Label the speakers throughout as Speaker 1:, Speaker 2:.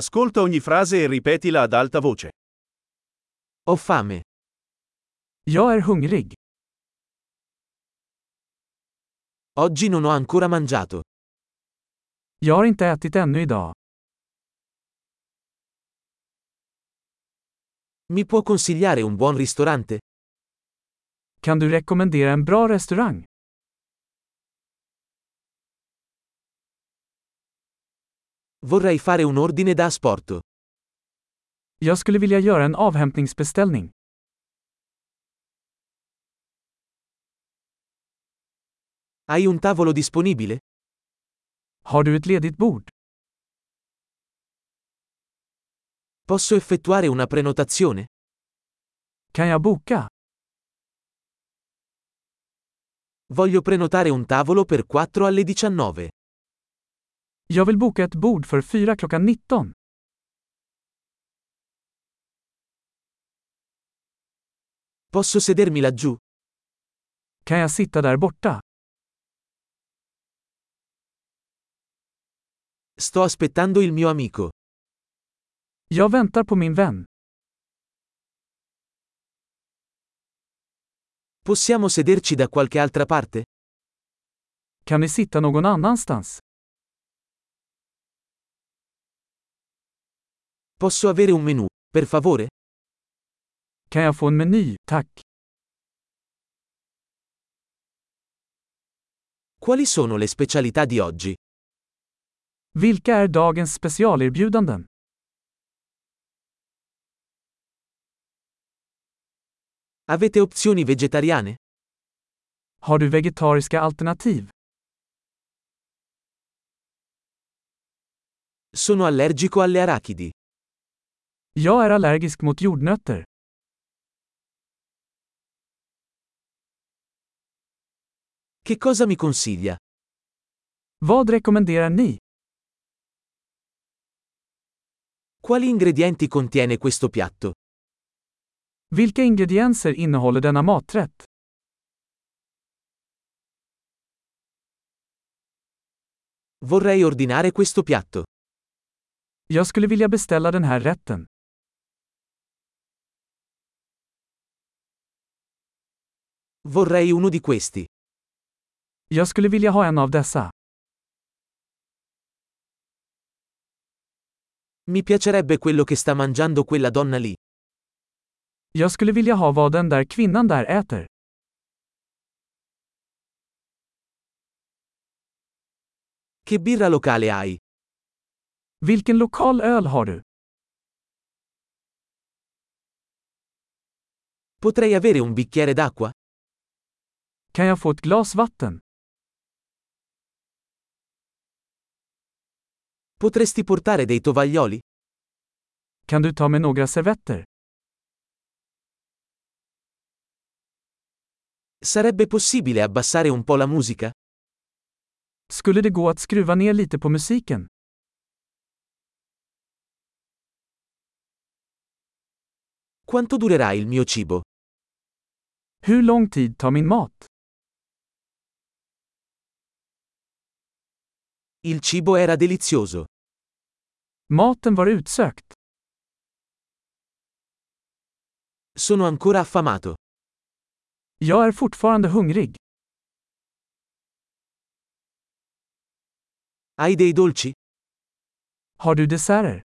Speaker 1: Ascolta ogni frase e ripetila ad alta voce.
Speaker 2: Ho fame.
Speaker 3: Jag är hungrig.
Speaker 2: Oggi non ho ancora mangiato.
Speaker 3: Jag har inte ätit ännu idag.
Speaker 2: Mi può consigliare un buon ristorante?
Speaker 3: Kan du rekommendera en bra restaurang?
Speaker 2: Vorrei fare un ordine da asporto.
Speaker 3: Jag skulle vilja göra en avhämtningsbeställning.
Speaker 2: Hai un tavolo disponibile?
Speaker 3: Har du ett ledigt bord?
Speaker 2: Posso effettuare una prenotazione?
Speaker 3: Kan jag boka?
Speaker 2: Voglio prenotare un tavolo per 4 alle 19.
Speaker 3: Jag vill boka ett bord för fyra klockan 19.
Speaker 2: Posso sedermi laggiù?
Speaker 3: Kan jag sitta där borta?
Speaker 2: Sto aspettando il mio amico.
Speaker 3: Jag väntar på min vän.
Speaker 2: Possiamo sederci da qualche altra parte?
Speaker 3: Kan vi sitta någon annanstans?
Speaker 2: Posso avere un menù, per favore?
Speaker 3: Kan jag få en meny, tack?
Speaker 2: Quali sono le specialità di oggi?
Speaker 3: Vilka är dagens specialerbjudanden?
Speaker 2: Avete opzioni vegetariane?
Speaker 3: Har du vegetariska alternativ?
Speaker 2: Sono allergico alle arachidi.
Speaker 3: Jag är allergisk mot jordnötter.
Speaker 2: Che cosa mi consiglia?
Speaker 3: Vad rekommenderar ni?
Speaker 2: Quali ingredienti contiene questo piatto?
Speaker 3: Vilka ingredienser innehåller denna maträtt?
Speaker 2: Vorrei ordinare questo piatto.
Speaker 3: Jag skulle vilja beställa den här rätten.
Speaker 2: Vorrei uno di questi.
Speaker 3: Jag skulle vilja ha en av dessa.
Speaker 2: Mi piacerebbe quello che sta mangiando quella donna lì.
Speaker 3: Jag skulle vilja ha vad den där kvinnan där äter.
Speaker 2: Che birra locale hai?
Speaker 3: Vilken lokal öl har du?
Speaker 2: Potrei avere un bicchiere d'acqua?
Speaker 3: Kan jag få ett glas vatten?
Speaker 2: Potresti portare dei tovaglioli?
Speaker 3: Kan du ta med några servetter?
Speaker 2: Sarebbe possibile abbassare un po' la musica?
Speaker 3: Skulle det gå att skruva ner lite på musiken?
Speaker 2: Quanto durerà il mio cibo?
Speaker 3: Hur lång tid tar min mat?
Speaker 2: Il cibo era delizioso.
Speaker 3: Maten var utsökt.
Speaker 2: Sono ancora affamato.
Speaker 3: Jag är fortfarande hungrig.
Speaker 2: Hai dei dolci?
Speaker 3: Har du desserter?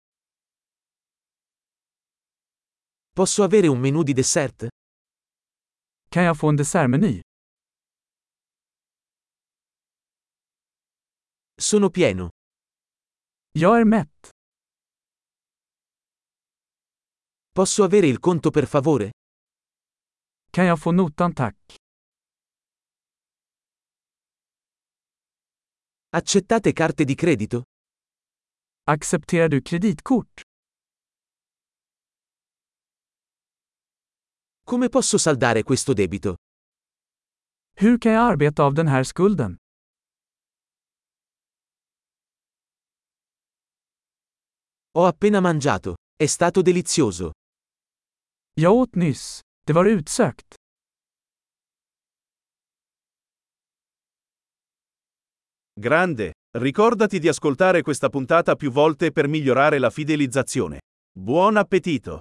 Speaker 2: Posso avere un menù di dessert?
Speaker 3: Kan jag få en dessertmeny?
Speaker 2: Sono pieno.
Speaker 3: Jag är mätt.
Speaker 2: Posso avere il conto per favore?
Speaker 3: Kan jag få notan tack?
Speaker 2: Accettate carte di credito?
Speaker 3: Accepterar du kreditkort?
Speaker 2: Come posso saldare questo debito?
Speaker 3: Hur kan jag arbeta av den här skulden?
Speaker 2: Ho appena mangiato. È stato delizioso.
Speaker 3: Jag åt nyss. Det var utsökt.
Speaker 1: Grande!
Speaker 2: Ricordati di ascoltare questa puntata più volte per migliorare la fidelizzazione. Buon appetito!